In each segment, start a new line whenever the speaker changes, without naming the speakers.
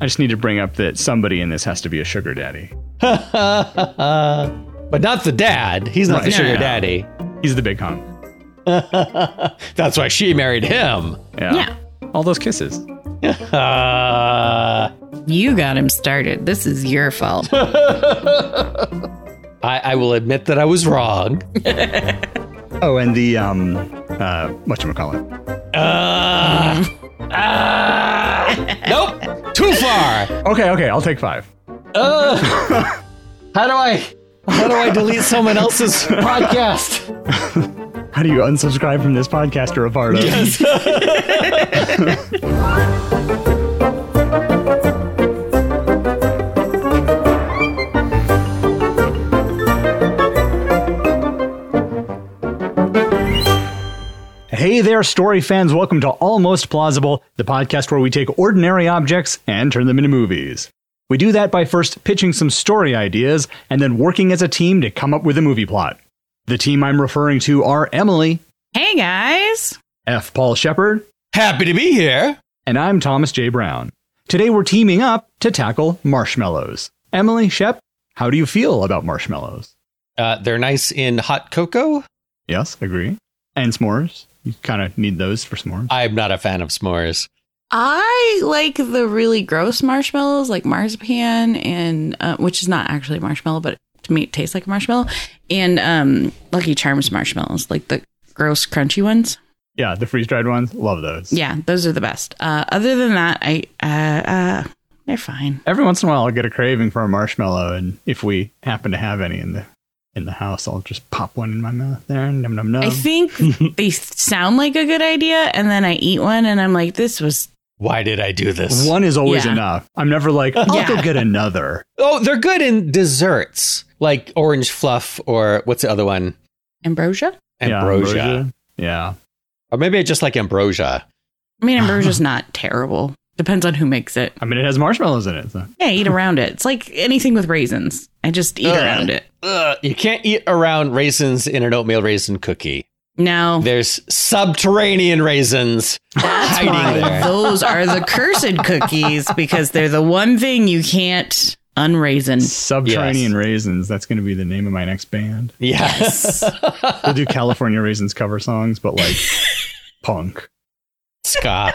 I just need to bring up that somebody in this has to be a sugar daddy.
but not the dad. He's not the
Right.
sugar
Yeah.
daddy.
He's the big hunk.
That's why she married him.
Yeah.
Yeah.
All those kisses.
Uh,
You got him started. This is your fault.
I, I will admit that I was wrong.
Oh, and the um, uh, what call it?
Uh, ah, nope, too far.
Okay, okay, I'll take five.
Uh, how do I? How do I delete someone else's podcast?
How do you unsubscribe from this podcast or a part of? Hey there, story fans. Welcome to Almost Plausible, the podcast where we take ordinary objects and turn them into movies. We do that by first pitching some story ideas and then working as a team to come up with a movie plot. The team I'm referring to are Emily,
hey guys.
F. Paul Shepard,
Happy to be here.
and I'm Thomas J. Brown. Today we're teaming up to tackle marshmallows. Emily, Shep, how do you feel about marshmallows?
Uh, they're nice in hot cocoa.
Yes, agree. And s'mores. You kind of need those for s'mores.
I'm not a fan of s'mores.
I like the really gross marshmallows, like marzipan, and uh, which is not actually marshmallow, but to me it tastes like a marshmallow, and um, Lucky Charms marshmallows, like the gross crunchy ones.
Yeah, the freeze dried ones. Love those.
Yeah, those are the best. Uh, other than that, I uh, uh, they're fine.
Every once in a while, I'll get a craving for a marshmallow, and if we happen to have any in the in the house, I'll just pop one in my mouth there and num num num.
I think they sound like a good idea, and then I eat one, and I'm like, this was
Why did I do this?
one is always
Yeah.
enough. I'm never like, I'll
Yeah.
go get another.
Oh, they're good in desserts like orange fluff or what's the other one?
ambrosia.
Yeah,
Ambrosia.
Yeah.
Or maybe I just like ambrosia.
I mean, ambrosia's not terrible. Depends on who makes it.
I mean, it has marshmallows in it. So.
Yeah, eat around it. It's like anything with raisins. I just eat
Ugh.
around it.
Ugh, you can't eat around raisins in an oatmeal raisin cookie.
No,
There's subterranean raisins
that's
hiding
why
there.
those are the cursed cookies because they're the one thing you can't unraisin.
Subterranean
Yes.
Raisins. That's going to be the name of my next band.
Yes.
We'll do California Raisins cover songs, but like punk.
Ska.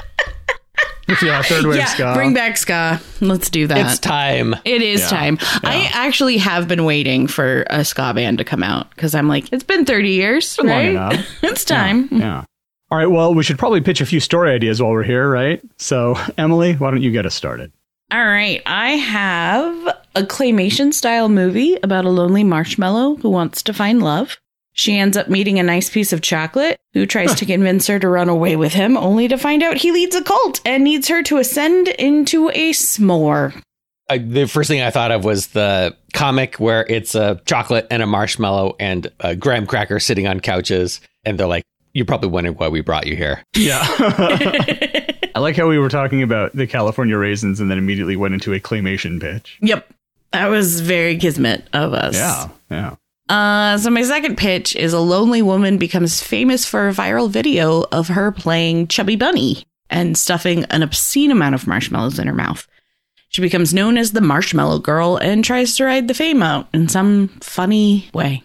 If you third wave
yeah,
ska.
bring back ska. Let's do that.
It's time.
It is
Yeah.
time. I actually have been waiting for a ska band to come out because I'm like, it's been 30 years,
Long
right?
enough.
it's time.
Yeah. yeah. All right. Well, we should probably pitch a few story ideas while we're here, right? So, Emily, why don't you get us started?
All right. I have a claymation style movie about a lonely marshmallow who wants to find love. She ends up meeting a nice piece of chocolate who tries to convince her to run away with him, only to find out he leads a cult and needs her to ascend into a s'more.
I, the first thing I thought of was the comic where it's a chocolate and a marshmallow and a graham cracker sitting on couches. And they're like, you're probably wondering why we brought you here.
Yeah. I like how we were talking about the California Raisins and then immediately went into a claymation pitch.
Yep. That was very kismet of us.
Yeah. Yeah.
Uh, so my second pitch is a lonely woman becomes famous for a viral video of her playing Chubby Bunny and stuffing an obscene amount of marshmallows in her mouth. She becomes known as the Marshmallow Girl and tries to ride the fame out in some funny way.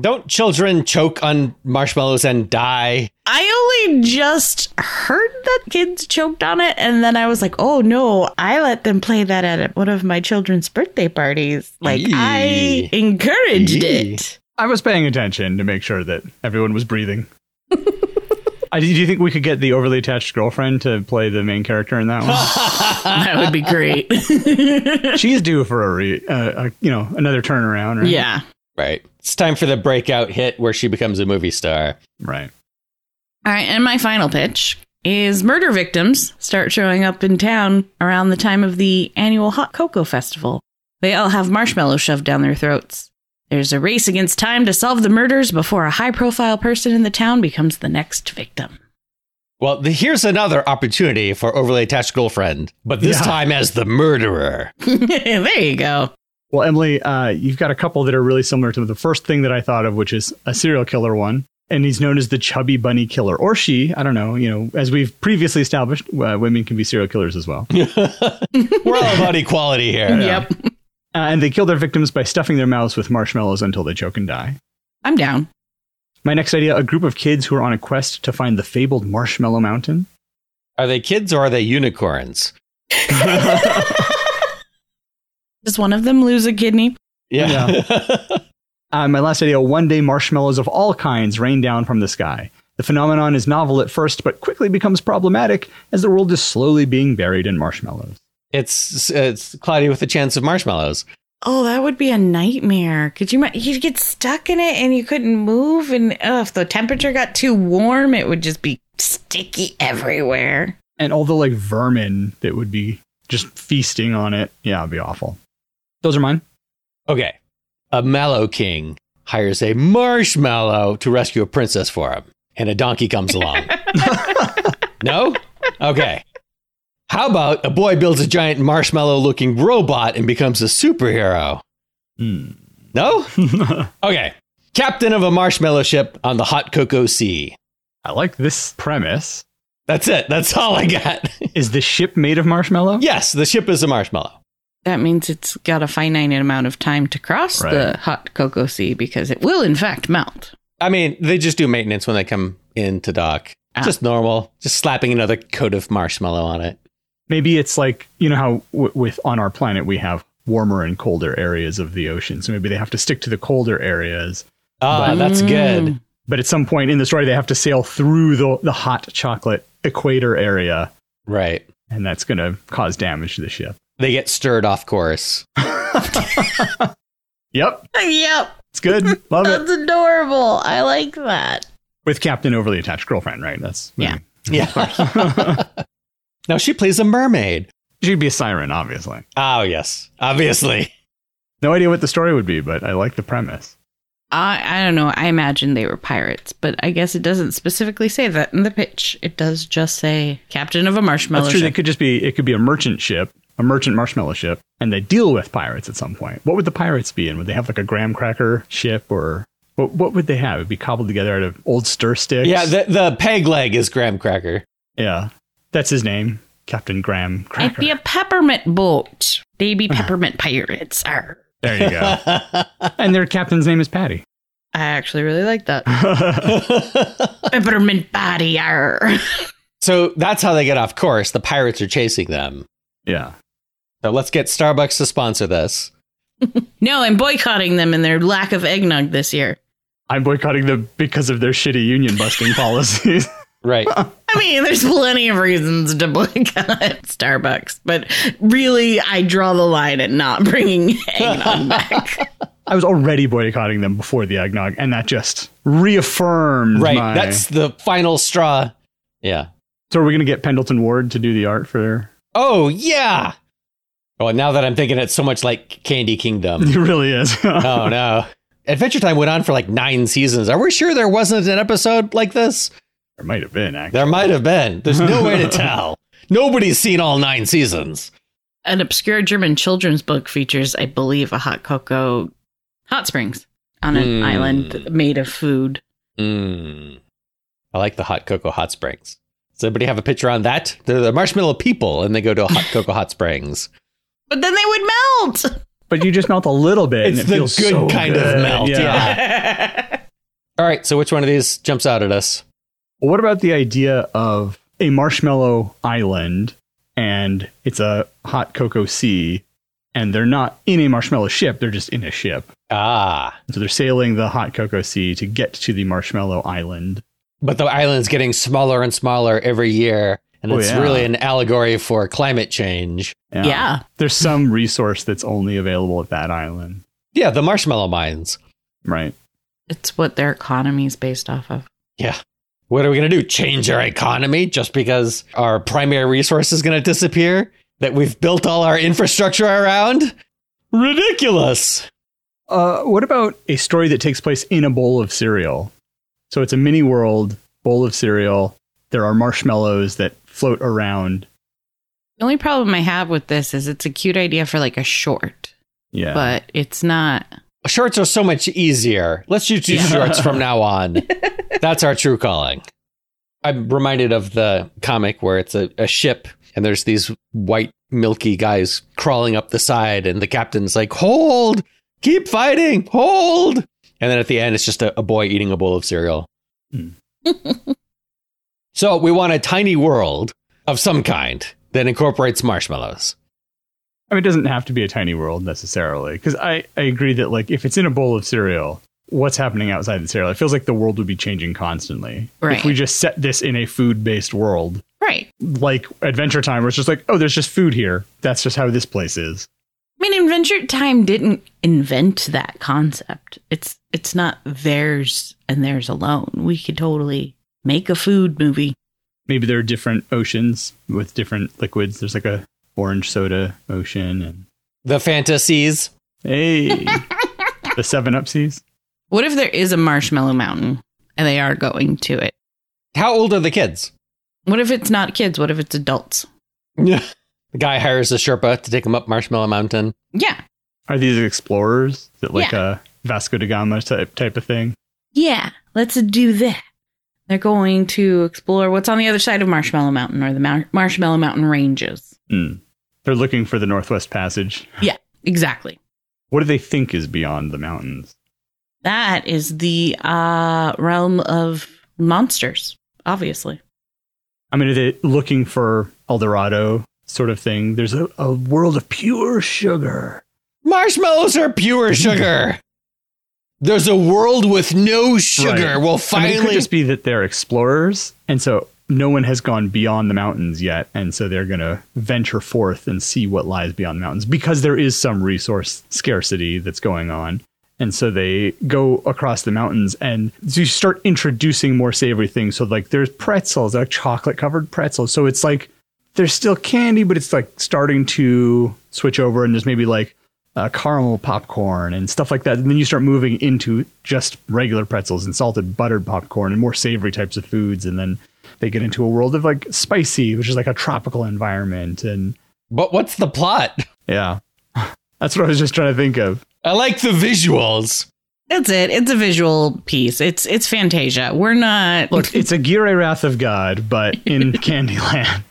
Don't children choke on marshmallows and die?
I only just heard that kids choked on it, and then I was like, "Oh no! I let them play that at one of my children's birthday parties. Like I
Eee.
encouraged
Eee.
it."
I was paying attention to make sure that everyone was breathing. I, do you think we could get the overly attached girlfriend to play the main character in that one?
That would be great.
she's due for a, re, uh, a you know another turnaround. Right?
yeah.
Right. It's time for the breakout hit where she becomes a movie star.
right.
All right, and my final pitch is murder victims start showing up in town around the time of the annual Hot Cocoa Festival. They all have marshmallows shoved down their throats. There's a race against time to solve the murders before a high profile person in the town becomes the next victim.
Well, the, here's another opportunity for overly attached girlfriend, but this
Yeah.
time as the murderer.
there you go.
Well, Emily, uh, you've got a couple that are really similar to the first thing that I thought of, which is a serial killer one. and he's known as the chubby bunny killer or she. I don't know. You know, as we've previously established, uh, women can be serial killers as well. uh,
We're all about equality here.
Yep.
Uh, and they kill their victims by stuffing their mouths with marshmallows until they choke and die.
I'm down.
My next idea: a group of kids who are on a quest to find the fabled Marshmallow Mountain.
Are they kids or are they unicorns?
Uh,
Does one of them lose a kidney?
Yeah.
Uh, my last idea one day marshmallows of all kinds rain down from the sky. The phenomenon is novel at first, but quickly becomes problematic as the world is slowly being buried in marshmallows.
it's it's cloudy with a chance of marshmallows.
Oh, that would be a nightmare. Could you? ma- You'd get stuck in it and you couldn't move. And ugh, if the temperature got too warm, it would just be sticky everywhere.
And all the like vermin that would be just feasting on it. Yeah, it'd be awful. Those are mine.
Okay. A mallow king hires a marshmallow to rescue a princess for him, and a donkey comes along. no? Okay. How about a boy builds a giant marshmallow looking robot and becomes a superhero?
Hmm.
No? Okay. Captain of a marshmallow ship on the hot cocoa sea.
I like this premise.
That's it. That's all I got.
Is the ship made of marshmallow?
yes, the ship is a marshmallow.
That means it's got a finite amount of time to cross
Right.
the hot cocoa sea because it will, in fact, melt.
I mean, they just do maintenance when they come in to dock.
Ah.
Just normal. Just slapping another coat of marshmallow on it.
Maybe it's like, you know how w- with on our planet we have warmer and colder areas of the ocean. So maybe they have to stick to the colder areas
Ah, that's good.
but at some point in the story they have to sail through the, the hot chocolate equator area
Right.
and that's going to cause damage to the ship
They get stirred off course.
yep
Yep,
it's good love it
adorable. I like that.
with captain overly attached girlfriend right that's
Yeah.
Yeah. now she plays a mermaid.
she'd be a siren obviously
Oh, yes. Obviously.
no idea what the story would be but i like the premise
I, I don't know. I imagine they were pirates, but I guess it doesn't specifically say that in the pitch. It does just say captain of a marshmallow.
that's true they
ship.
could just be it could be a merchant ship a merchant marshmallow ship and they deal with pirates at some point what would the pirates be in would they have like a graham cracker ship or what, what would they have it'd be cobbled together out of old stir sticks
Yeah, the, the peg leg is graham cracker.
Yeah. That's his name, Captain Graham
It'd
Cracker.
be a peppermint boat. They be peppermint pirates. Arr.
There you go. and their captain's name is Patty.
I actually really like that
yeah.
peppermint body. Arr.
so that's how they get off course. The pirates are chasing them. So let's get Starbucks to sponsor this.
No, I'm boycotting them and their lack of eggnog this year.
I'm boycotting them because of their shitty union busting policies.
Right.
I mean, there's plenty of reasons to boycott Starbucks, but really, I draw the line at not bringing eggnog back.
I was already boycotting them before the eggnog, and that just reaffirmed
Right.
my-
That's the final straw. Yeah.
so are we going to get Pendleton Ward to do the art for...
Oh, yeah. Well, now that I'm thinking it's so much like Candy Kingdom.
It really is.
oh no. Adventure Time went on for like nine seasons. Are we sure there wasn't an episode like this?
There might have been, actually.
There might have been. There's no way to tell. Nobody's seen all nine seasons.
An obscure German children's book features, I believe, a hot cocoa hot springs on an
Hmm.
island made of food.
Mm. I like the hot cocoa hot springs. Does anybody have a picture on that? They're the marshmallow people, and they go to a hot cocoa hot springs.
But then they would melt.
But you just melt a little bit,
It's
and it
the
feels
good
so
kind of
good.
melt, yeah. All right, so which one of these jumps out at us?
Well, What about the idea of a marshmallow island and it's a hot cocoa sea and they're not in a marshmallow ship, they're just in a ship.
Ah,
So they're sailing the hot cocoa sea to get to the marshmallow island.
but the island's getting smaller and smaller every year, and
Oh,
it's
yeah.
really an allegory for climate change.
Yeah.
There's some resource that's only available at that island.
Yeah, the marshmallow mines.
Right.
It's what their economy is based off of.
Yeah. What are we going to do? Change our economy just because our primary resource is going to disappear that we've built all our infrastructure around? Ridiculous.
Uh, what about a story that takes place in a bowl of cereal? So it's a mini world, bowl of cereal. There are marshmallows that float around.
The only problem I have with this is it's a cute idea for like a short,
Yeah.
but it's not
Shorts are so much easier. Let's just do
Yeah.
shorts from now on. That's our true calling. I'm reminded of the comic where it's a, a ship and there's these white, milky guys crawling up the side, and the captain's like, Hold, keep fighting, hold. And then at the end, it's just a, a boy eating a bowl of cereal.
Hmm.
so we want a tiny world of some kind that incorporates marshmallows.
I mean, it doesn't have to be a tiny world necessarily, because I, I agree that like if it's in a bowl of cereal, what's happening outside the cereal? It feels like the world would be changing constantly.
Right.
If we just set this in a food based world,
Right.
like Adventure Time, where it's just like, oh, there's just food here. That's just how this place is.
I mean, Adventure Time didn't invent that concept. It's it's not theirs and theirs alone. We could totally make a food movie.
Maybe there are different oceans with different liquids. There's like a orange soda ocean and
The fantasies.
hey, the seven up seas.
What if there is a marshmallow mountain and they are going to it?
How old are the kids?
What if it's not kids? What if it's adults?
Yeah. The guy hires a Sherpa to take him up Marshmallow Mountain.
Yeah.
Are these explorers? Is it like a Vasco da Gama type type of thing?
Yeah. Let's do that. They're going to explore what's on the other side of Marshmallow Mountain or the Mar- Marshmallow Mountain ranges.
Hmm. They're looking for the Northwest Passage.
Exactly.
What do they think is beyond the mountains?
That is the uh, realm of monsters, obviously.
I mean, are they looking for El Dorado sort of thing? There's a, a world of pure sugar.
Marshmallows are pure sugar. There's a world with no sugar.
Right.
We'll
I mean, it could
finally.
just be that they're explorers, and so no one has gone beyond the mountains yet, and so they're going to venture forth and see what lies beyond the mountains because there is some resource scarcity that's going on. And so they go across the mountains, and so you start introducing more savory things. So like there's pretzels, like chocolate covered pretzels. So it's like there's still candy, but it's like starting to switch over, and there's maybe like uh, caramel popcorn and stuff like that. And then you start moving into just regular pretzels and salted buttered popcorn and more savory types of foods. And then they get into a world of like spicy, which is like a tropical environment. And
but what's the plot?
yeah, that's what I was just trying to think of.
I like the visuals.
That's it. It's a visual piece. It's it's Fantasia. We're not
Look, it's a Gire Wrath of God, but in Candyland.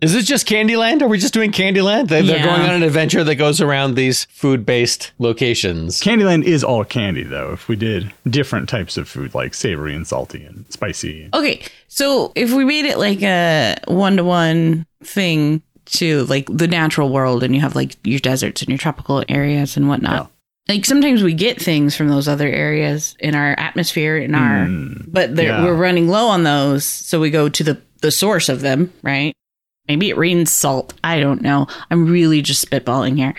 Is this just Candyland? Are we just doing Candyland? They, They're
Yeah.
going on an adventure that goes around these food based locations.
Candyland is all candy, though, if we did different types of food like savory and salty and spicy.
Okay. So if we made it like a one to one thing to like the natural world and you have like your deserts and your tropical areas and whatnot. Like sometimes we get things from those other areas in our atmosphere in our
Mm.
but they're-
Yeah.
we're running low on those, so we go to the the source of them, right? Maybe it rains salt. I don't know. I'm really just spitballing here.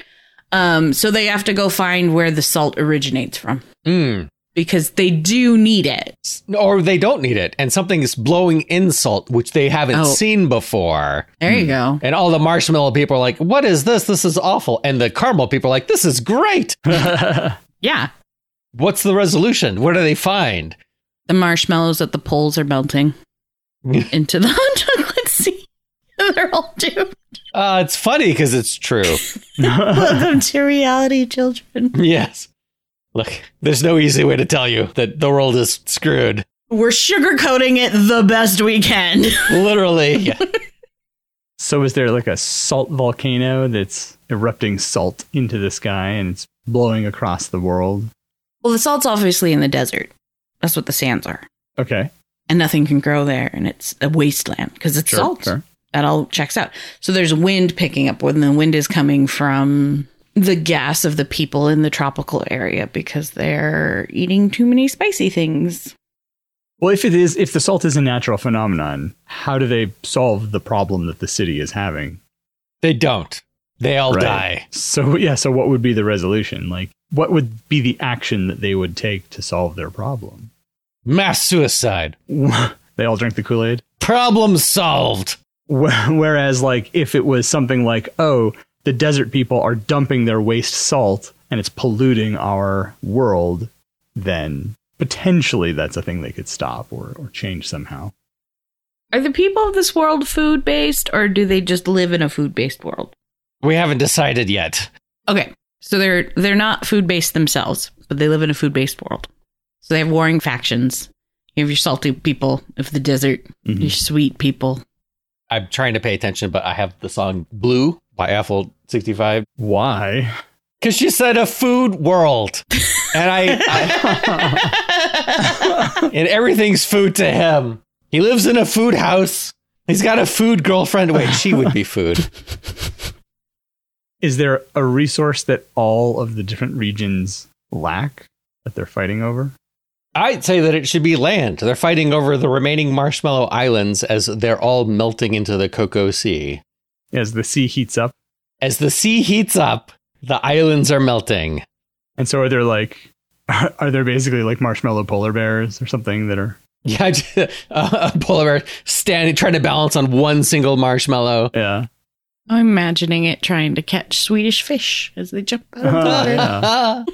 Um, so they have to go find where the salt originates from
Mm.
because they do need it.
Or they don't need it. And something is blowing in salt, which they haven't
Oh.
seen before.
There
Hmm.
you go.
And all the marshmallow people are like, what is this? This is awful. And the caramel people are like, this is great.
Yeah,
What's the resolution? What do they find?
the marshmallows at the poles are melting into the hot chocolate sea. They're all doomed.
Uh, it's funny because it's true.
Welcome to reality, children.
yes. Look, there's no easy way to tell you that the world is screwed.
We're sugarcoating it the best we can.
Literally.
So is there like a salt volcano that's erupting salt into the sky and it's blowing across the world?
Well, the salt's obviously in the desert. That's what the sands are.
Okay.
And nothing can grow there. And it's a wasteland because it's
Sure,
salt.
sure.
That all checks out. So there's wind picking up when the wind is coming from the gas of the people in the tropical area because they're eating too many spicy things.
Well, if it is if the salt is a natural phenomenon, how do they solve the problem that the city is having?
They don't. They all die.
So yeah, so what would be the resolution? Like what would be the action that they would take to solve their problem?
Mass suicide.
they all drink the Kool-Aid?
Problem solved.
Wh- Whereas, like, if it was something like, oh, the desert people are dumping their waste salt and it's polluting our world, then potentially that's a thing they could stop or, or change somehow.
Are the people of this world food based or do they just live in a food based world?
We haven't decided yet.
Okay. So they're they're not food based themselves, but they live in a food based world. So they have warring factions. You have your salty people of the desert,
Mhm.
your sweet people.
I'm trying to pay attention, but I have the song Blue by Apple 65
Why?
because she said a food world. And I, I and everything's food to him. He lives in a food house. He's got a food girlfriend. Wait, she would be food.
Is there a resource that all of the different regions lack that they're fighting over?
I'd say that it should be land. They're fighting over the remaining marshmallow islands as they're all melting into the Cocoa Sea.
As the sea heats up.
As the sea heats up, the islands are melting.
And so are there like are there basically like marshmallow polar bears or something that are
Yeah, a polar bear standing, trying to balance on one single marshmallow.
yeah.
I'm imagining it trying to catch Swedish fish as they jump out of the
Uh-huh.
water.
Yeah.
uh,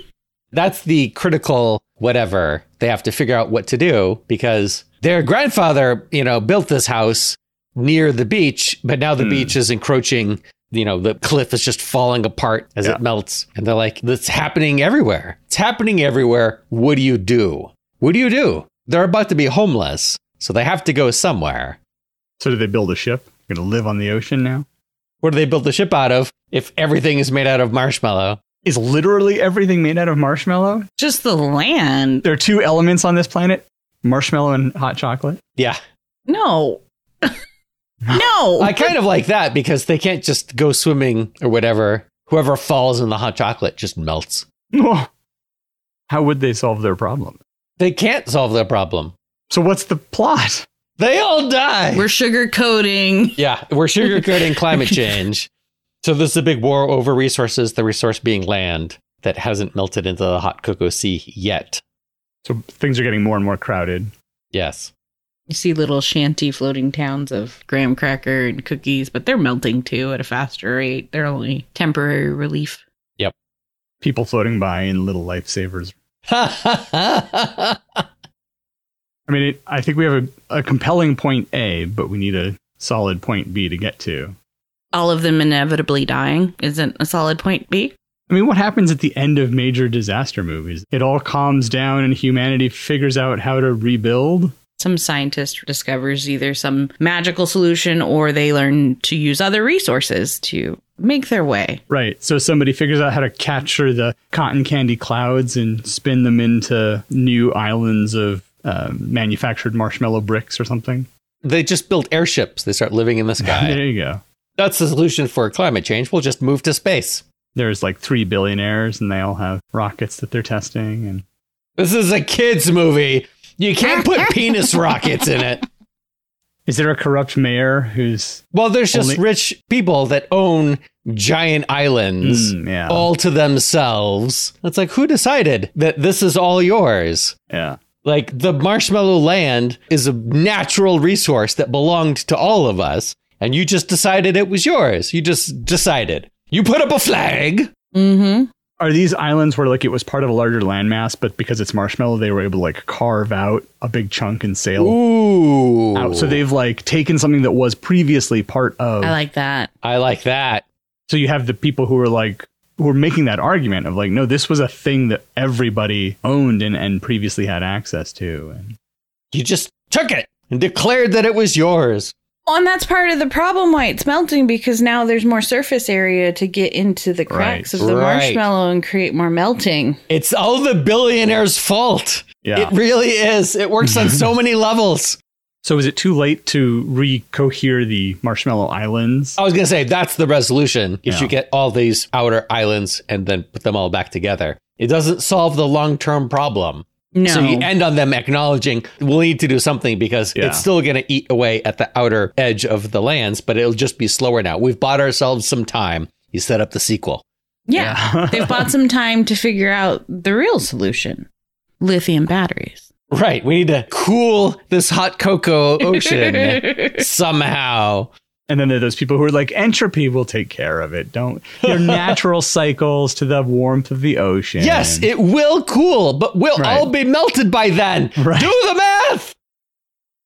That's the critical whatever. They have to figure out what to do because their grandfather, you know, built this house near the beach, but now the
Hmm.
beach is encroaching. You know, the cliff is just falling apart as
Yeah.
it melts. And they're like, that's happening everywhere. It's happening everywhere. What do you do? What do you do? They're about to be homeless. So they have to go somewhere.
So do they build a ship? You're gonna live on the ocean now?
What do they build the ship out of if everything is made out of marshmallow?
Is literally everything made out of marshmallow?
Just the land.
There are two elements on this planet marshmallow and hot chocolate.
Yeah.
No. no.
I kind of like that because they can't just go swimming or whatever. Whoever falls in the hot chocolate just melts.
Whoa. How would they solve their problem?
They can't solve their problem.
So, what's the plot?
They all die.
We're sugarcoating.
yeah, we're sugarcoating climate change. So this is a big war over resources, the resource being land that hasn't melted into the hot cocoa sea yet.
So, things are getting more and more crowded.
Yes.
You see little shanty floating towns of graham cracker and cookies, but they're melting too at a faster rate. They're only temporary relief.
People floating by in little lifesavers. I mean, it, I think we have a, a compelling point A, but we need a solid point B to get to.
All of them inevitably dying isn't a solid point B.
I mean, what happens at the end of major disaster movies? It all calms down and humanity figures out how to rebuild.
Some scientist discovers either some magical solution or they learn to use other resources to make their way.
Right. So somebody figures out how to capture the cotton candy clouds and spin them into new islands of um, manufactured marshmallow bricks or something.
they just build airships. They start living in the sky.
There you go.
That's the solution for climate change. We'll just move to space.
There's like three billionaires and they all have rockets that they're testing. And
This is a kids movie. You can't put penis rockets in it.
is there a corrupt mayor who's.
Well, there's just
Only-
rich people that own giant islands
Mm, yeah.
all to themselves. It's like who decided that this is all yours?
yeah.
Like the marshmallow land is a natural resource that belonged to all of us, and you just decided it was yours. You just decided. You put up a flag.
Mm
Are these islands where like it was part of a larger landmass, but because it's marshmallow, they were able to like carve out a big chunk and sail
Ooh.
out? So they've like taken something that was previously part of.
hmm. I like that.
I like that.
so you have the people who are like who are making that argument of like no this was a thing that everybody owned and, and previously had access to and
You just took it and declared that it was yours.
Well, and that's part of the problem why it's melting because now there's more surface area to get into the cracks
Right.
of the
Right.
marshmallow and create more melting.
It's all the billionaire's fault.
yeah
It really is. It works on so many levels.
so is it too late to recohere the marshmallow islands
I was going to say that's the resolution. Is
Yeah.
you get all these outer islands and then put them all back together. It doesn't solve the long-term problem.
No.
So you end on them acknowledging we'll need to do something because
Yeah.
it's still going to eat away at the outer edge of the lands, but it'll just be slower now. We've bought ourselves some time. You set up the sequel.
yeah. They've bought some time to figure out the real solution lithium batteries.
Right. We need to cool this hot cocoa ocean somehow.
and then there are those people who are like entropy will take care of it don't your natural cycles to the warmth of the ocean
Yes, it will cool, but we'll
Right.
all be melted by then.
Right.
Do the math.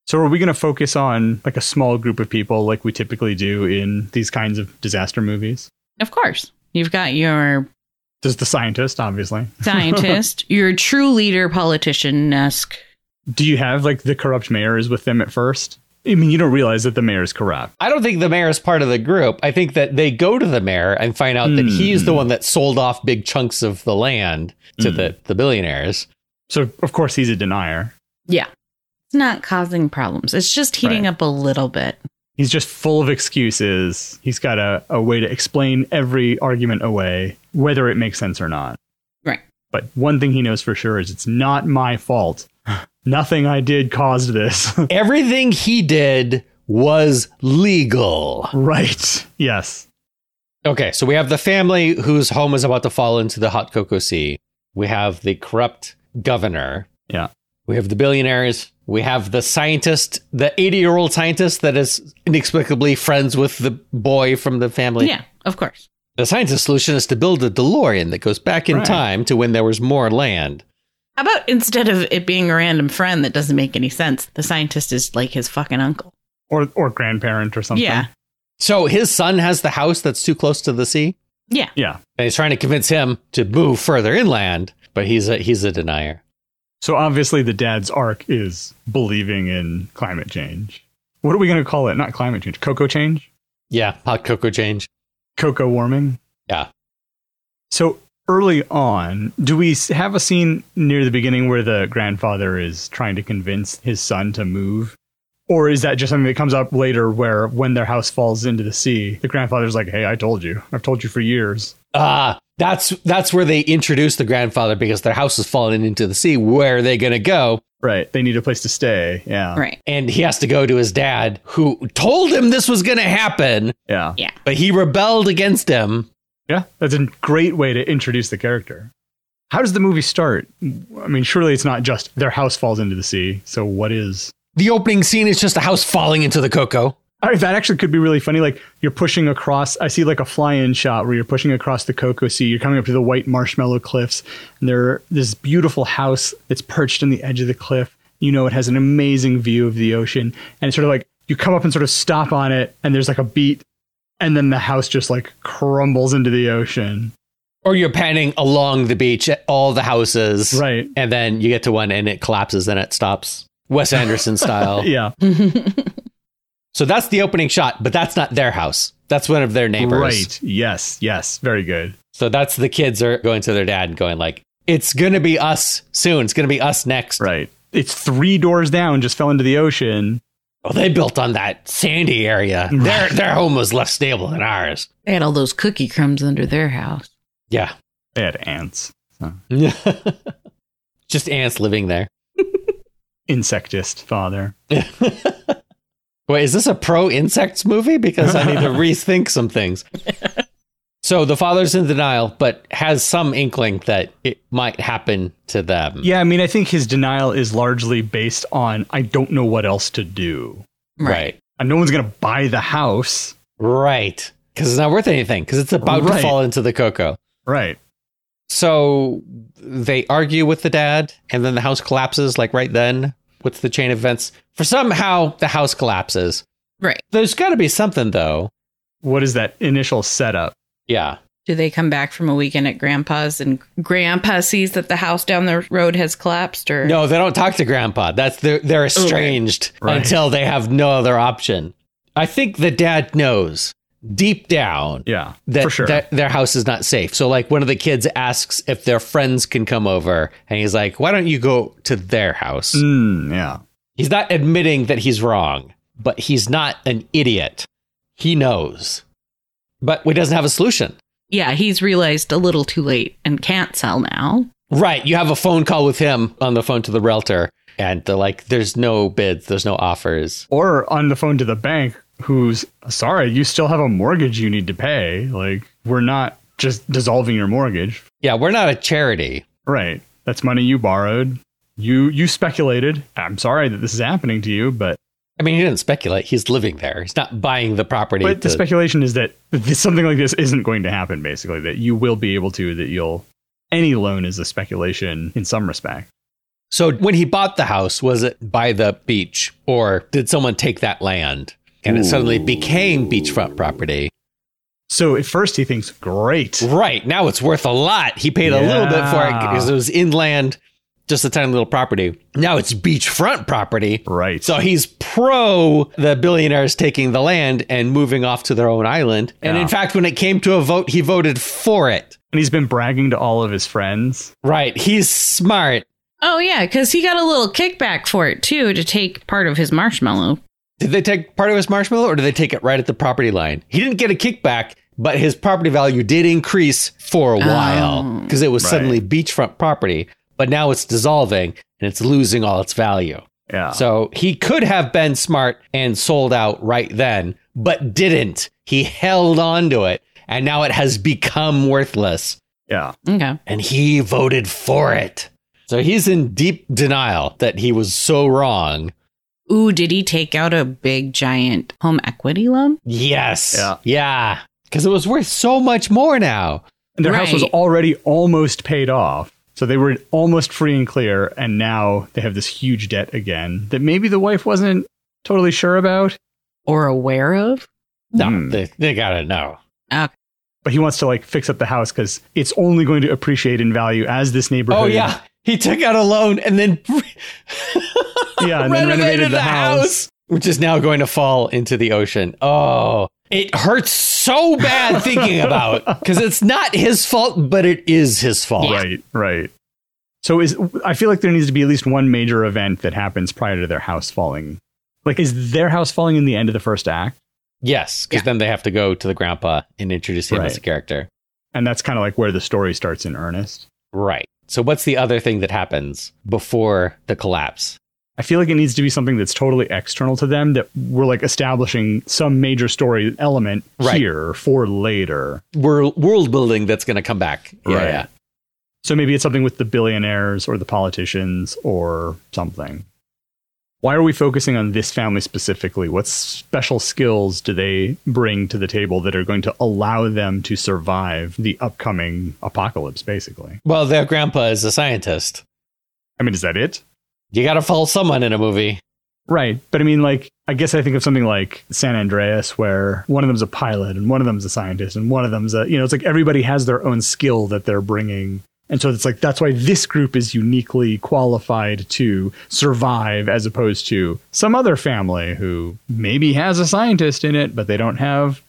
so are we going to focus on like a small group of people like we typically do in these kinds of disaster movies
Of course. You've got your
There's the scientist, obviously.
Scientist, your true leader, politician esque.
Do you have like the corrupt mayor is with them at first? I mean, you don't realize that the mayor is corrupt.
I don't think the mayor is part of the group. I think that they go to the mayor and find out that he's the one that sold off big chunks of the land to the, the billionaires.
So, of course, he's a denier.
Yeah. It's not causing problems. It's just heating
Right.
up a little bit.
He's just full of excuses. He's got a, a way to explain every argument away, whether it makes sense or not.
Right.
But one thing he knows for sure is it's not my fault. Nothing I did caused this.
Everything he did was legal.
right. Yes.
Okay, so we have the family whose home is about to fall into the hot cocoa sea. We have the corrupt governor.
Yeah.
We have the billionaires. We have the scientist, the 80 year old scientist that is inexplicably friends with the boy from the family.
yeah, of course.
The scientist's solution is to build a DeLorean that goes back in
Right.
time to when there was more land.
How about instead of it being a random friend that doesn't make any sense, the scientist is like his fucking uncle?
Or, or grandparent or something.
Yeah.
So his son has the house that's too close to the sea,
Yeah.
Yeah.
and he's trying to convince him to move further inland, but he's a he's a denier.
So obviously, the dad's arc is believing in climate change. What are we going to call it? Not climate change, cocoa change,
Yeah, hot cocoa change.
cocoa warming.
Yeah.
So early on, do we s- have a scene near the beginning where the grandfather is trying to convince his son to move? Or is that just something that comes up later where when their house falls into the sea, the grandfather's like, hey, I told you. I've told you for years.
Ah, that's that's where they introduce the grandfather because their house is falling into the sea. Where are they going to go?
Right. They need a place to stay. Yeah.
Right.
And he has to go to his dad, who told him this was going to happen,
Yeah.
but he rebelled against him.
Yeah, that's a great way to introduce the character. How does the movie start? I mean, surely it's not just their house falls into the sea. So what is?
The opening scene is just a house falling into the cocoa.
I that actually could be really funny. Like you're pushing across. I see like a fly-in shot where you're pushing across the Cocoa Sea. You're coming up to the white marshmallow cliffs, and there this beautiful house that's perched on the edge of the cliff. You know, it has an amazing view of the ocean, and it's sort of like you come up and sort of stop on it, and there's like a beat, and then the house just like crumbles into the ocean.
Or you're panning along the beach at all the houses.
Right.
And then you get to one and it collapses and it stops. Wes Anderson style.
Yeah.
So that's the opening shot, but that's not their house. That's one of their neighbors.
Right. Yes. Yes. Very good.
So that's the kids are going to their dad and going like, it's going to be us soon. It's going to be us next.
Right. It's three doors down, just fell into the ocean.
Oh, they built on that sandy area. Their, their home was less stable than ours.
They had all those cookie crumbs under their house.
Yeah.
They had ants,
Just ants living there.
insectist father.
Wait, is this a pro insects movie? Because I need to rethink some things. So the father's in denial, but has some inkling that it might happen to them.
Yeah. I mean, I think his denial is largely based on I don't know what else to do.
Right.
And no one's going to buy the house.
Right. Because it's not worth anything, because it's about to
Right.
fall into the cocoa.
Right.
So they argue with the dad, and then the house collapses, like right then. What's the chain of events? For somehow, the house collapses.
Right.
There's got to be something, though.
What is that initial setup?
Yeah.
Do they come back from a weekend at grandpa's and grandpa sees that the house down the road has collapsed or
No, they don't talk to grandpa. That's they're, they're estranged
Right.
until they have no other option. I think the dad knows deep down
Yeah.
that,
for sure.
that their house is not safe. So like one of the kids asks if their friends can come over and he's like, "Why don't you go to their house?"
Mm, yeah.
He's not admitting that he's wrong, but he's not an idiot. He knows. But he doesn't have a solution.
Yeah, he's realized a little too late and can't sell now.
Right. You have a phone call with him on the phone to the realtor, and they're like, there's no bids, there's no offers.
Or on the phone to the bank who's sorry, you still have a mortgage you need to pay. Like, we're not just dissolving your mortgage.
Yeah, we're not a charity.
Right. That's money you borrowed. You you speculated. I'm sorry that this is happening to you, but
I mean, he didn't speculate. He's living there. He's not buying the property.
but the
to-
speculation is that th- something like this isn't going to happen. Basically, that you will be able to. That you'll any loan is a speculation in some respect.
so when he bought the house, was it by the beach or did someone take that land and it suddenly became beachfront property?
So at first he thinks, great.
Right. Now it's worth a lot. He paid a little bit for it
Yeah.
because it was inland, just a tiny little property. Now it's beachfront property.
Right.
So he's pro the billionaires taking the land and moving off to their own island. And
Yeah.
in fact, when it came to a vote, he voted for it.
and he's been bragging to all of his friends.
Right. He's smart.
Oh, yeah, because he got a little kickback for it, too, to take part of his marshmallow.
Did they take part of his marshmallow or did they take it right at the property line? He didn't get a kickback, but his property value did increase for a while because it was
Right.
suddenly beachfront property. But now it's dissolving and it's losing all its value.
Yeah.
So he could have been smart and sold out right then, but didn't. He held on to it and now it has become worthless
yeah.
Okay.
and he voted for it. So he's in deep denial that he was so wrong.
Ooh, did he take out a big, giant home equity loan?
Yes.
Yeah.
Yeah. Because it was worth so much more now.
And their house was
Right.
already almost paid off. So they were almost free and clear. And now they have this huge debt again that maybe the wife wasn't totally sure about.
Or aware of?
No,
Hmm.
they, they got to know.
Okay.
But he wants to like fix up the house because it's only going to appreciate in value as this neighborhood.
Oh, yeah. He took out a loan and then
Yeah. And then renovated, the, house.
which is now going to fall into the ocean. Oh, it hurts so bad thinking about because it's not his fault, but it is his fault.
Right. Right. So is I feel like there needs to be at least one major event that happens prior to their house falling. Like, is their house falling in the end of the first act?
Yes, because
Yeah.
then they have to go to the grandpa and introduce him
Right.
as a character.
And that's kind of like where the story starts in earnest.
Right. So, what's the other thing that happens before the collapse?
I feel like it needs to be something that's totally external to them that we're like establishing some major story element
Right.
here for later.
World, world building that's going to come back. Yeah,
Right.
yeah.
So maybe it's something with the billionaires or the politicians or something. Why are we focusing on this family specifically? What special skills do they bring to the table that are going to allow them to survive the upcoming apocalypse, basically?
Well, their grandpa is a scientist.
I mean, is that it?
You got to follow someone in a movie.
Right. But I mean, like, I guess I think of something like San Andreas, where one of them's a pilot and one of them's a scientist and one of them's a, you know, it's like everybody has their own skill that they're bringing. And so it's like, that's why this group is uniquely qualified to survive as opposed to some other family who maybe has a scientist in it, but they don't have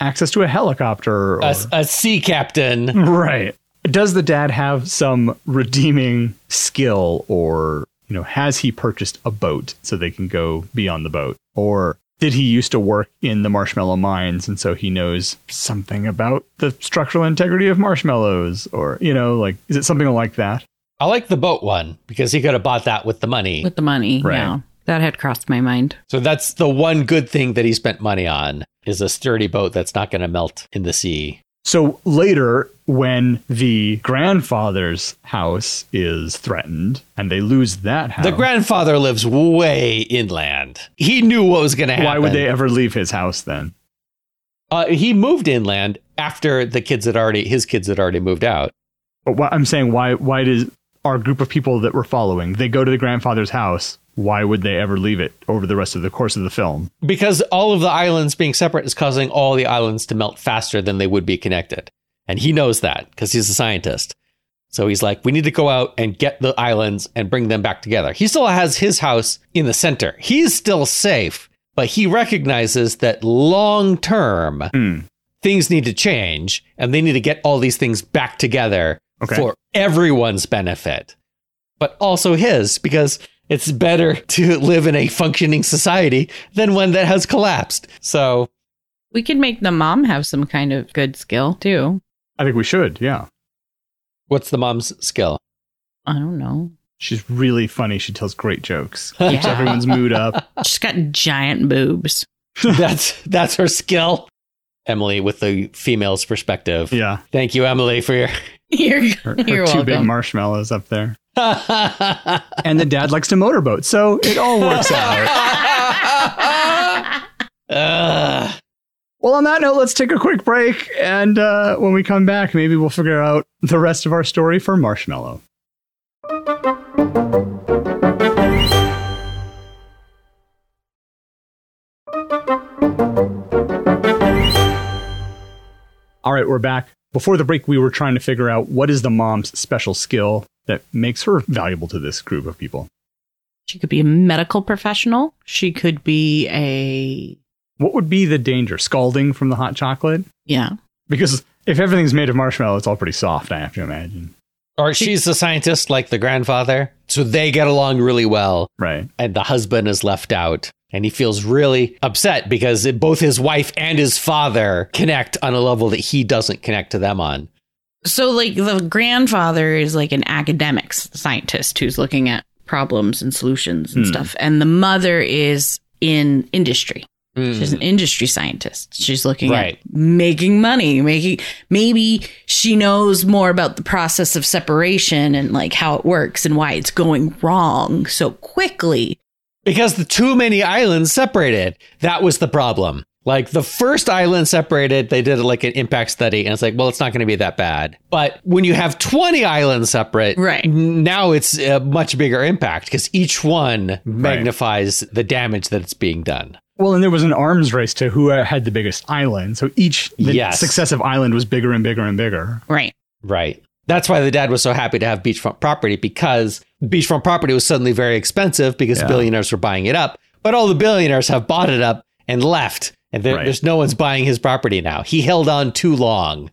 access to a helicopter. Or,
A, a sea
Hmm.
captain.
Right. Does the dad have some redeeming skill or, you know, has he purchased a boat so they can go be on the boat? Or did he used to work in the marshmallow mines and so he knows something about the structural integrity of marshmallows? Or, you know, like, is it something like that?
I like the boat one because he could have bought that with the money.
With the money.
Right.
Yeah. That had crossed my mind.
So that's the one good thing that he spent money on is a sturdy boat that's not going to melt in the sea.
So later, when the grandfather's house is threatened and they lose that house,
The grandfather lives way inland. He knew what was going to happen.
why would they ever leave his house then?
Uh, he moved inland after the kids had already his kids had already moved out.
But what I'm saying, why why does our group of people that we're following, they go to the grandfather's house? Why would they ever leave it over the rest of the course of the film?
Because all of the islands being separate is causing all the islands to melt faster than they would be connected. And he knows that because he's a scientist. So he's like, we need to go out and get the islands and bring them back together. He still has his house in the center. He's still safe, but he recognizes that long term,
Hmm.
things need to change and they need to get all these things back together
Okay.
for everyone's benefit, but also his, because it's better to live in a functioning society than one that has collapsed. So,
We could make the mom have some kind of good skill, too.
I think we should, yeah.
what's the mom's skill?
I don't know.
She's really funny. She tells great jokes. Keeps
Yeah.
everyone's mood up.
She's got giant boobs.
that's that's her skill. Emily with the female's perspective.
Yeah.
Thank you, Emily, for your
You're,
Her, her
you're
two big
welcome.
marshmallows up there. And the dad likes to motorboat, so it all works out.
Ugh.
Well, on that note, let's take a quick break. And uh, when we come back, maybe we'll figure out the rest of our story for Marshmallow. All right, we're back. Before the break, we were trying to figure out what is the mom's special skill that makes her valuable to this group of people.
She could be a medical professional. She could be a
What would be the danger? Scalding from the hot chocolate?
yeah.
Because if everything's made of marshmallow, it's all pretty soft, I have to imagine.
Or she's the scientist like the grandfather. So they get along really well.
Right.
And the husband is left out. And he feels really upset because it- both his wife and his father connect on a level that he doesn't connect to them on.
So like the grandfather is like an academic s- scientist who's looking at problems and solutions and
Hmm.
stuff, and the mother is in industry. She's
Mm.
an industry scientist. She's looking
Right.
at making money, making maybe she knows more about the process of separation and like how it works and why it's going wrong so quickly.
Because the too many islands separated. That was the problem. Like the first island separated, they did like an impact study, and it's like, well, it's not going to be that bad. But when you have 20 islands separate,
Right.
n- now it's a much bigger impact because each one magnifies the damage that's being done.
Well, and there was an arms race to who uh, had the biggest island. So each the
Yes.
successive island was bigger and bigger and bigger.
Right.
Right. That's why the dad was so happy to have beachfront property because beachfront property was suddenly very expensive because
Yeah.
billionaires were buying it up. But all the billionaires have bought it up and left. And there,
Right.
there's no one's buying his property now. He held on too long.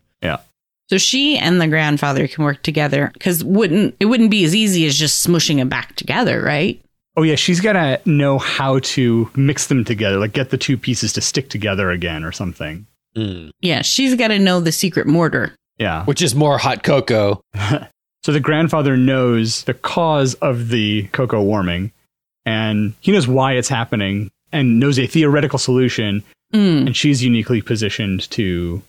So she and the grandfather can work together because wouldn't it wouldn't be as easy as just smushing them back together, right?
Oh yeah, she's got to know how to mix them together, like get the two pieces to stick together again or something. Mm.
Yeah, she's got to know the secret mortar.
Yeah.
Which is more hot cocoa.
So the grandfather knows the cause of the cocoa warming and he knows why it's happening and knows a theoretical solution
Mm.
and she's uniquely positioned to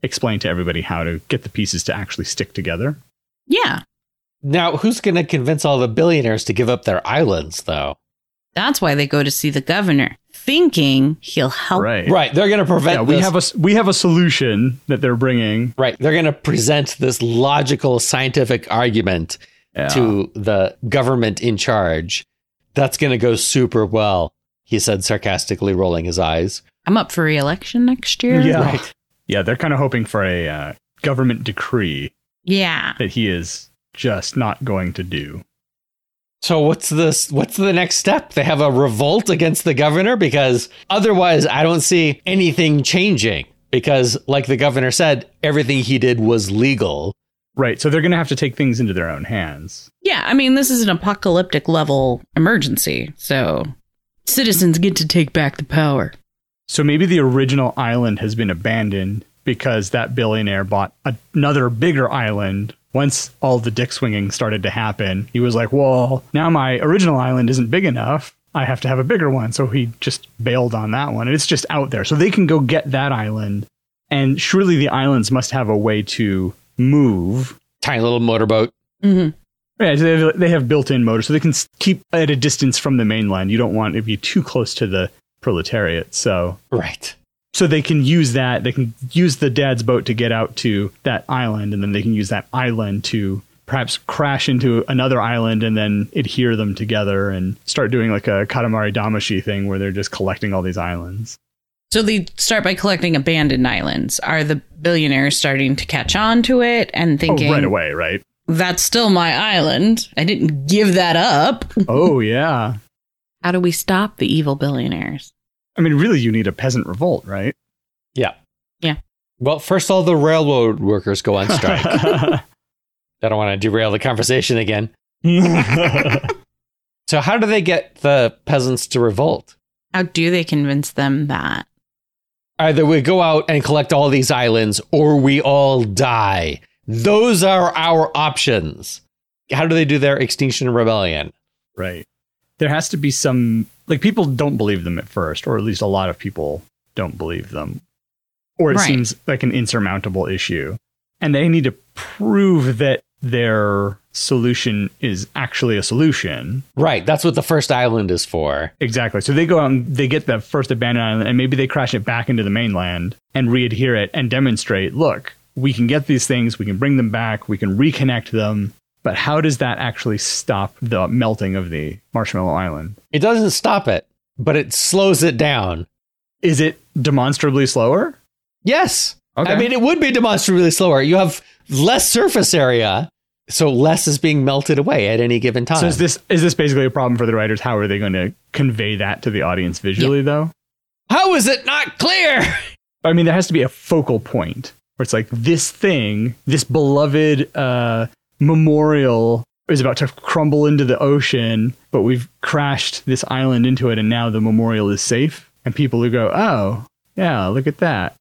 explain to everybody how to get the pieces to actually stick together.
Yeah,
Now, who's going to convince all the billionaires to give up their islands, though?
that's why they go to see the governor, thinking he'll help.
Right.
Right. They're going to prevent
Yeah, we
this-
have a we have a solution that they're bringing
Right. They're going to present this logical scientific argument
yeah.
to the government in charge. That's going to go super well, he said sarcastically, rolling his eyes.
I'm up for re-election next year.
Yeah.
Right.
Yeah, they're kind of hoping for a uh, government decree
Yeah.
that he is just not going to do.
So what's this what's the next step? They have a revolt against the governor because otherwise I don't see anything changing because like the governor said everything he did was legal.
Right. So they're going to have to take things into their own hands.
Yeah, I mean, this is an apocalyptic level emergency. So citizens get to take back the power.
So maybe the original island has been abandoned because that billionaire bought another bigger island. Once all the dick swinging started to happen, he was like, well, now my original island isn't big enough. I have to have a bigger one. So he just bailed on that one. And it's just out there. So they can go get that island. And surely the islands must have a way to move
Tiny little motorboat.
Mm-hmm.
Yeah, so they have, they have built-in motors, so they can s- keep at a distance from the mainland. You don't want to be too close to the proletariat, so
Right.
so they can use that. They can use the dad's boat to get out to that island, and then they can use that island to perhaps crash into another island and then adhere them together and start doing like a Katamari Damacy thing where they're just collecting all these islands.
So they start by collecting abandoned islands. Are the billionaires starting to catch on to it and
Oh,
thinking,
right away, right?
that's still my island? I didn't give that up.
oh, yeah.
How do we stop the evil billionaires?
I mean, really, you need a peasant revolt, right?
Yeah.
Yeah.
Well, first all the railroad workers go on strike. I don't want to derail the conversation again. So how do they get the peasants to revolt?
How do they convince them that?
Either we go out and collect all these islands or we all die. Those are our options. How do they do their extinction rebellion?
Right. There has to be some like people don't believe them at first, or at least a lot of people don't believe them. Or it
Right.
seems like an insurmountable issue. And they need to prove that their solution is actually a solution.
Right, that's what the first island is for.
Exactly. So they go out and they get the first abandoned island and maybe they crash it back into the mainland and readhere it and demonstrate, look, we can get these things, we can bring them back, we can reconnect them. But how does that actually stop the melting of the marshmallow island?
It doesn't stop it, but it slows it down.
Is it demonstrably slower?
Yes.
Okay.
I mean, it would be demonstrably slower. You have less surface area, so less is being melted away at any given time.
so is this is this basically a problem for the writers? How are they going to convey that to the audience visually, though?
How is it not clear?
I mean, there has to be a focal point where it's like this thing, this beloved uh, memorial is about to crumble into the ocean, but we've crashed this island into it, and now the memorial is safe. And people who go, oh, yeah, look at that.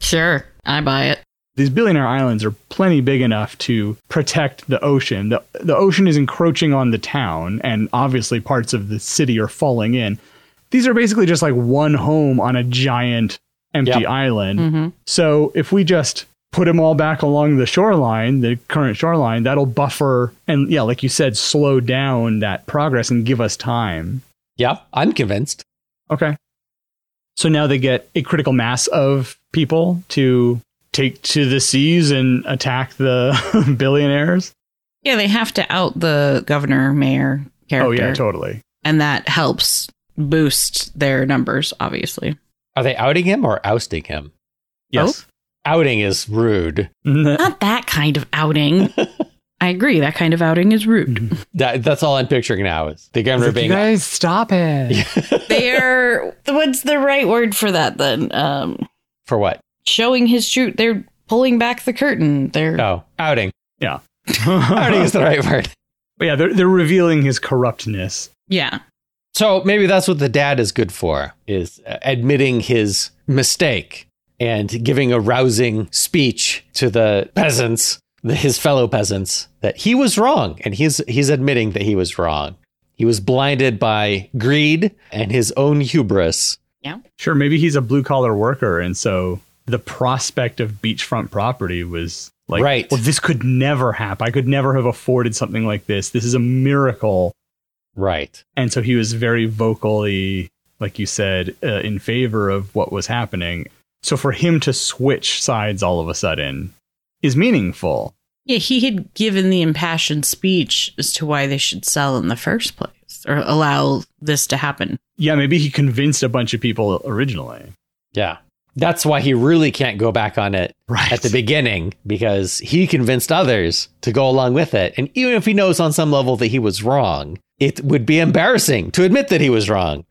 Sure, I buy it.
These billionaire islands are plenty big enough to protect the ocean. The, the ocean is encroaching on the town, and obviously parts of the city are falling in. These are basically just like one home on a giant empty
Yep.
island.
Mhm.
So if we just put them all back along the shoreline, the current shoreline, that'll buffer and yeah, like you said, slow down that progress and give us time.
Yeah, I'm convinced.
Okay. So now they get a critical mass of people to take to the seas and attack the billionaires.
Yeah, they have to out the governor, mayor character.
Oh yeah, totally.
And that helps boost their numbers, obviously.
Are they outing him or ousting him?
Yes.
Outing is rude.
N-
Not that kind of outing. I agree. That kind of outing is rude.
Mm-hmm.
That, that's all I'm picturing now is the governor being.
guys, stop it.
They're what's the right word for that then? Um,
for what?
showing his shoot. They're pulling back the curtain. They're
No, Oh, outing. Outing
but
is the right word.
yeah, they're, they're revealing his corruptness.
yeah.
So maybe that's what the dad is good for is uh, admitting his mistake and giving a rousing speech to the peasants, the- his fellow peasants that he was wrong and he's he's admitting that he was wrong. He was blinded by greed and his own hubris.
Sure, maybe he's a blue collar worker, and so the prospect of beachfront property was like,
Right.
Well, this could never happen. I could never have afforded something like this. This is a miracle.
Right.
And so he was very vocally, like you said, uh, in favor of what was happening. So for him to switch sides all of a sudden is meaningful.
Yeah, he had given the impassioned speech as to why they should sell in the first place or allow this to happen.
Yeah, maybe he convinced a bunch of people originally.
Yeah. That's why he really can't go back on it
Right.
at the beginning because he convinced others to go along with it. And even if he knows on some level that he was wrong, it would be embarrassing to admit that he was wrong.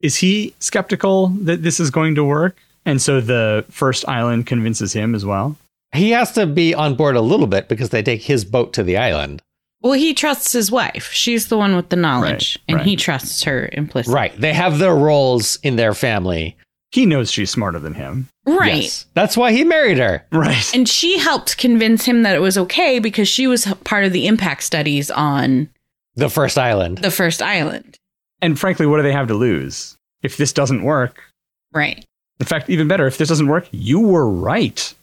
is he skeptical that this is going to work? And so the first island convinces him as well.
He has to be on board a little bit because they take his boat to the island.
Well, he trusts his wife. She's the one with the knowledge,
Right,
and
right.
he trusts her implicitly.
Right. They have their roles in their family.
He knows she's smarter than him.
Right.
Yes. That's why he married her.
Right.
And she helped convince him that it was okay because she was h- part of the impact studies on
The first island.
the first island.
And frankly, what do they have to lose? If this doesn't work,
Right.
in fact, even better, if this doesn't work, you were right.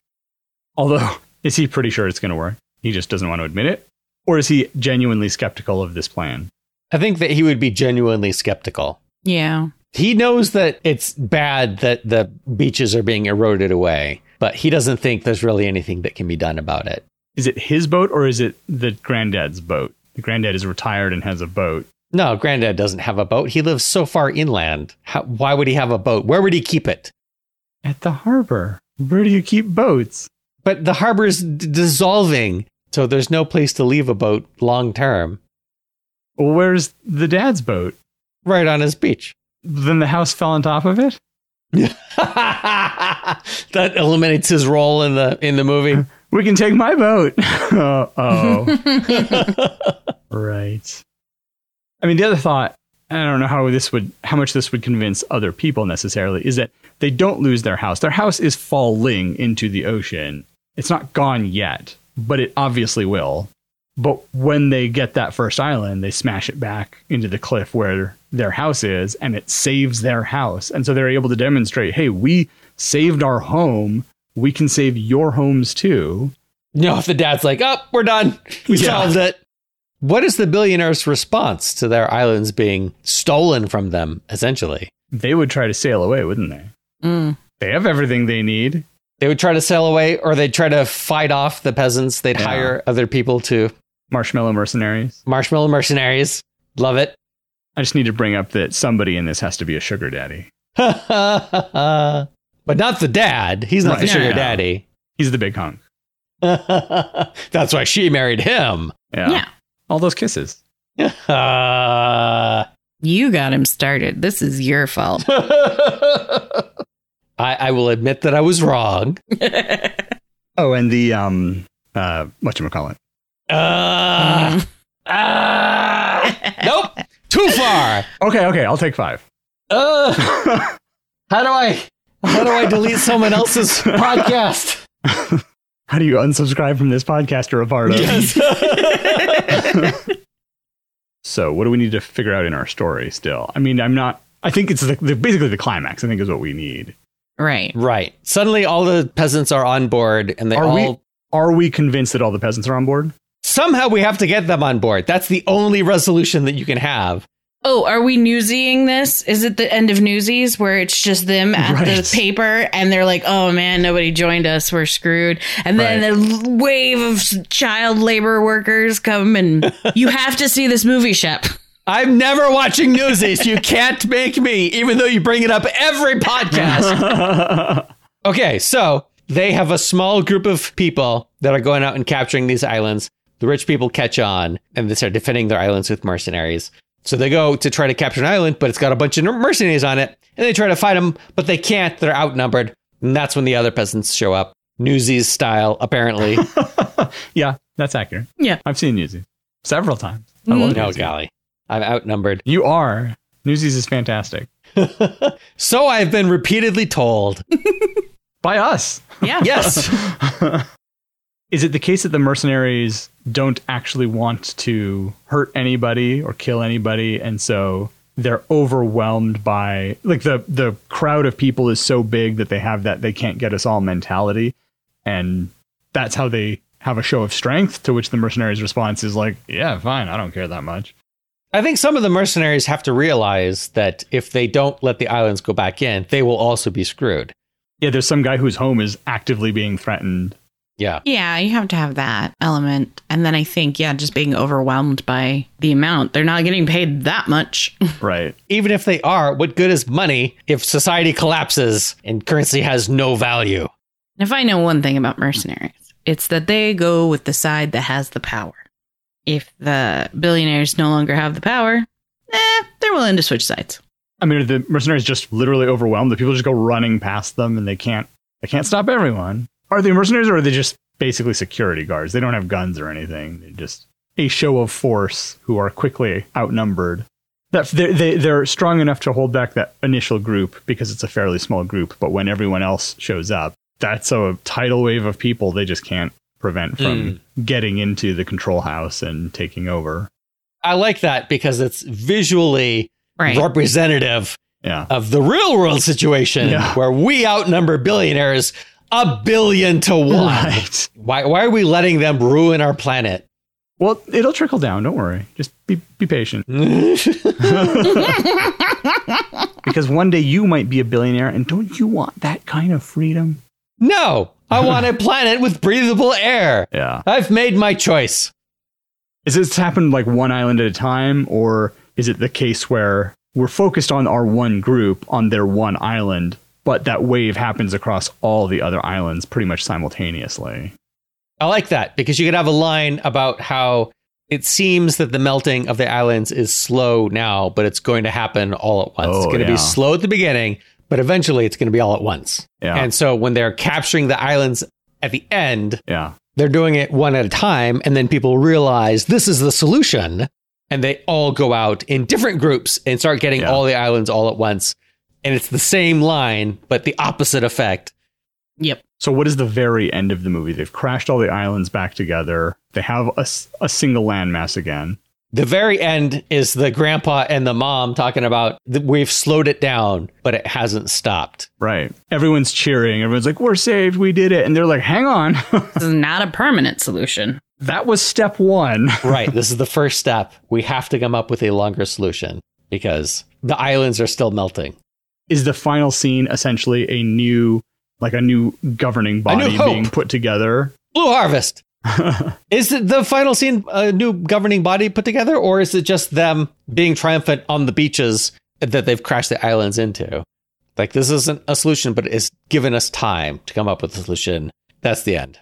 Although, is he pretty sure it's going to work? He just doesn't want to admit it? Or is he genuinely skeptical of this plan?
I think that he would be genuinely skeptical.
Yeah.
He knows that it's bad that the beaches are being eroded away, but he doesn't think there's really anything that can be done about it.
Is it his boat or is it the granddad's boat? The granddad is retired and has a boat.
No, Granddad doesn't have a boat. He lives so far inland. How, why would he have a boat? Where would he keep it?
At the harbor. Where do you keep boats?
But the harbor is d- dissolving, so there's no place to leave a boat long term.
Well, where's the dad's boat?
Right on his beach.
Then the house fell on top of it?
that eliminates his role in the in the movie.
We can take my boat. oh, oh. right. I mean, the other thought, and I don't know how this would, how much this would convince other people necessarily, is that they don't lose their house. Their house is falling into the ocean. It's not gone yet, but it obviously will. But when they get that first island, they smash it back into the cliff where their house is, and it saves their house. And so they're able to demonstrate, hey, we saved our home. We can save your homes too.
No, if the dad's like, "Up, we're done. We
Yeah.
solved it." What is the billionaire's response to their islands being stolen from them? Essentially,
they would try to sail away, wouldn't they?
Mm.
They have everything they need.
they would try to sail away, or they'd try to fight off the peasants. They'd
Yeah.
hire other people to
Marshmallow mercenaries.
Marshmallow Mercenaries. Love it.
I just need to bring up that somebody in this has to be a sugar daddy.
I But not the dad. He's not the
Right.
sugar
No.
daddy.
He's the big hunk.
That's why she married him.
Yeah.
Yeah.
All those kisses.
Uh,
You got him started. This is your fault.
I, I will admit that I was wrong.
Oh, and the um uh whatchamacallit.
Uh,
Mm.
ah, nope, too far.
Okay, okay, I'll take five.
Uh, how do I how do I delete someone else's podcast?
How do you unsubscribe from this podcast you're a part of? So what do we need to figure out in our story still? I mean, I'm not I think it's the, the basically the climax, I think is what we need.
right.
right. Suddenly, all the peasants are on board, and they
Are
all
we- Are we convinced that all the peasants are on board?
somehow we have to get them on board. That's the only resolution that you can have.
Oh, are we newsying this? Is it the end of Newsies where it's just them at
Right.
the paper and they're like, "Oh man, nobody joined us. We're screwed." And then a l- wave of s- child labor workers come and you have to see this movie, Shep.
I'm never watching Newsies. You can't make me, even though you bring it up every podcast. Okay, so they have a small group of people that are going out and capturing these islands. The rich people catch on and they start defending their islands with mercenaries. So they go to try to capture an island, but it's got a bunch of mercenaries on it, and they try to fight them, but they can't. They're outnumbered. And that's when the other peasants show up, Newsies style, apparently.
yeah, that's accurate.
Yeah.
I've seen Newsies several times. I love
no,
Newsies.
Oh, golly. I'm outnumbered.
You are. Newsies is fantastic.
So I've been repeatedly told.
By us.
Yeah.
Yes.
Is it the case that the mercenaries don't actually want to hurt anybody or kill anybody and so they're overwhelmed by like the the crowd of people is so big that they have that they can't get us all mentality and that's how they have a show of strength to which the mercenaries response is like yeah fine i don't care that much
I think some of the mercenaries have to realize that if they don't let the islands go back in, they will also be screwed.
yeah there's some guy whose home is actively being threatened
Yeah.
Yeah, you have to have that element. And then I think, yeah, just being overwhelmed by the amount. They're not getting paid that much.
right
Even if they are, what good is money if society collapses and currency has no value?
If I know one thing about mercenaries, it's that they go with the side that has the power. If the billionaires no longer have the power, eh, they're willing to switch sides.
I mean, are the mercenaries just literally overwhelmed? The people just go running past them, and they can't they can't stop everyone. Are they mercenaries, or are they just basically security guards? They don't have guns or anything. They're just a show of force who are quickly outnumbered. That they, they they're strong enough to hold back that initial group because it's a fairly small group. But when everyone else shows up, that's a tidal wave of people they just can't prevent from getting into the control house and taking over.
I like that because it's visually
Right.
representative
Yeah,
of the real world situation
Yeah.
where we outnumber billionaires a billion to one.
right.
Why, why are we letting them ruin our planet?
Well, it'll trickle down. Don't worry. Just be be patient. because one day you might be a billionaire, and don't you want that kind of freedom?
No, I want a planet with breathable air.
Yeah.
I've made my choice.
Is this happened like one island at a time, or is it the case where we're focused on our one group on their one island, but that wave happens across all the other islands pretty much simultaneously?
I like that because you could have a line about how it seems that the melting of the islands is slow now, but it's going to happen all at once.
Oh,
it's going to
yeah.
be slow at the beginning, but eventually it's going to be all at once.
Yeah.
And so when they're capturing the islands at the end,
yeah.
they're doing it one at a time. And then people realize this is the solution. And they all go out in different groups and start getting
Yeah.
all the islands all at once. And it's the same line, but the opposite effect.
yep.
So, what is the very end of the movie? They've crashed all the islands back together. They have a, s- a single landmass again.
The very end is the grandpa and the mom talking about that we've slowed it down, but it hasn't stopped.
Right. Everyone's cheering. Everyone's like, we're saved. We did it. And they're like, hang on.
This is not a permanent solution.
that was step one.
Right. this is the first step. We have to come up with a longer solution because the islands are still melting.
Is the final scene essentially a new, like a new governing
A new
body
hope.
being put together?
Blue Harvest. is it the final scene a new governing body put together, or is it just them being triumphant on the beaches that they've crashed the islands into? Like this isn't a solution, but it's given us time to come up with a solution. That's the end.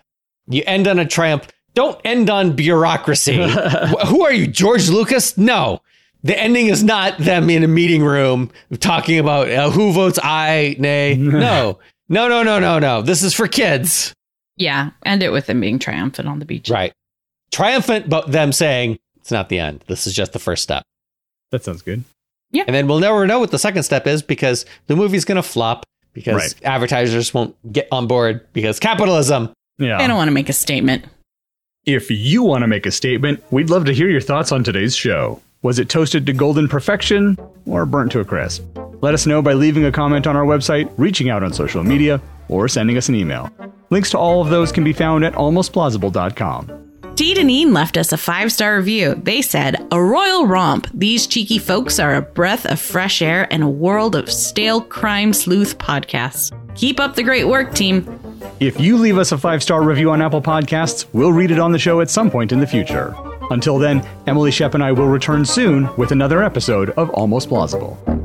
You end on a triumph. Don't end on bureaucracy. Wh- Who are you, George Lucas? No. The ending is not them in a meeting room talking about uh, who votes aye, nay. No, no, no, no, no, no. This is for kids.
Yeah, end it with them being triumphant on the beach.
Right. Triumphant, but them saying it's not the end. This is just the first step.
That sounds good.
And then we'll never know what the second step is because the movie's going to flop because
Right.
advertisers won't get on board because capitalism.
Yeah.
I don't want to make a statement.
If you want to make a statement, we'd love to hear your thoughts on today's show. Was it toasted to golden perfection or burnt to a crisp? Let us know by leaving a comment on our website, reaching out on social media, or sending us an email. Links to all of those can be found at almostplausible.com.
Deed and Ean left us a five star review. They said, A royal romp. These cheeky folks are a breath of fresh air and a world of stale crime sleuth podcasts. Keep up the great work, team.
If you leave us a five star review on Apple Podcasts, we'll read it on the show at some point in the future. Until then, Emily Shep and I will return soon with another episode of Almost Plausible.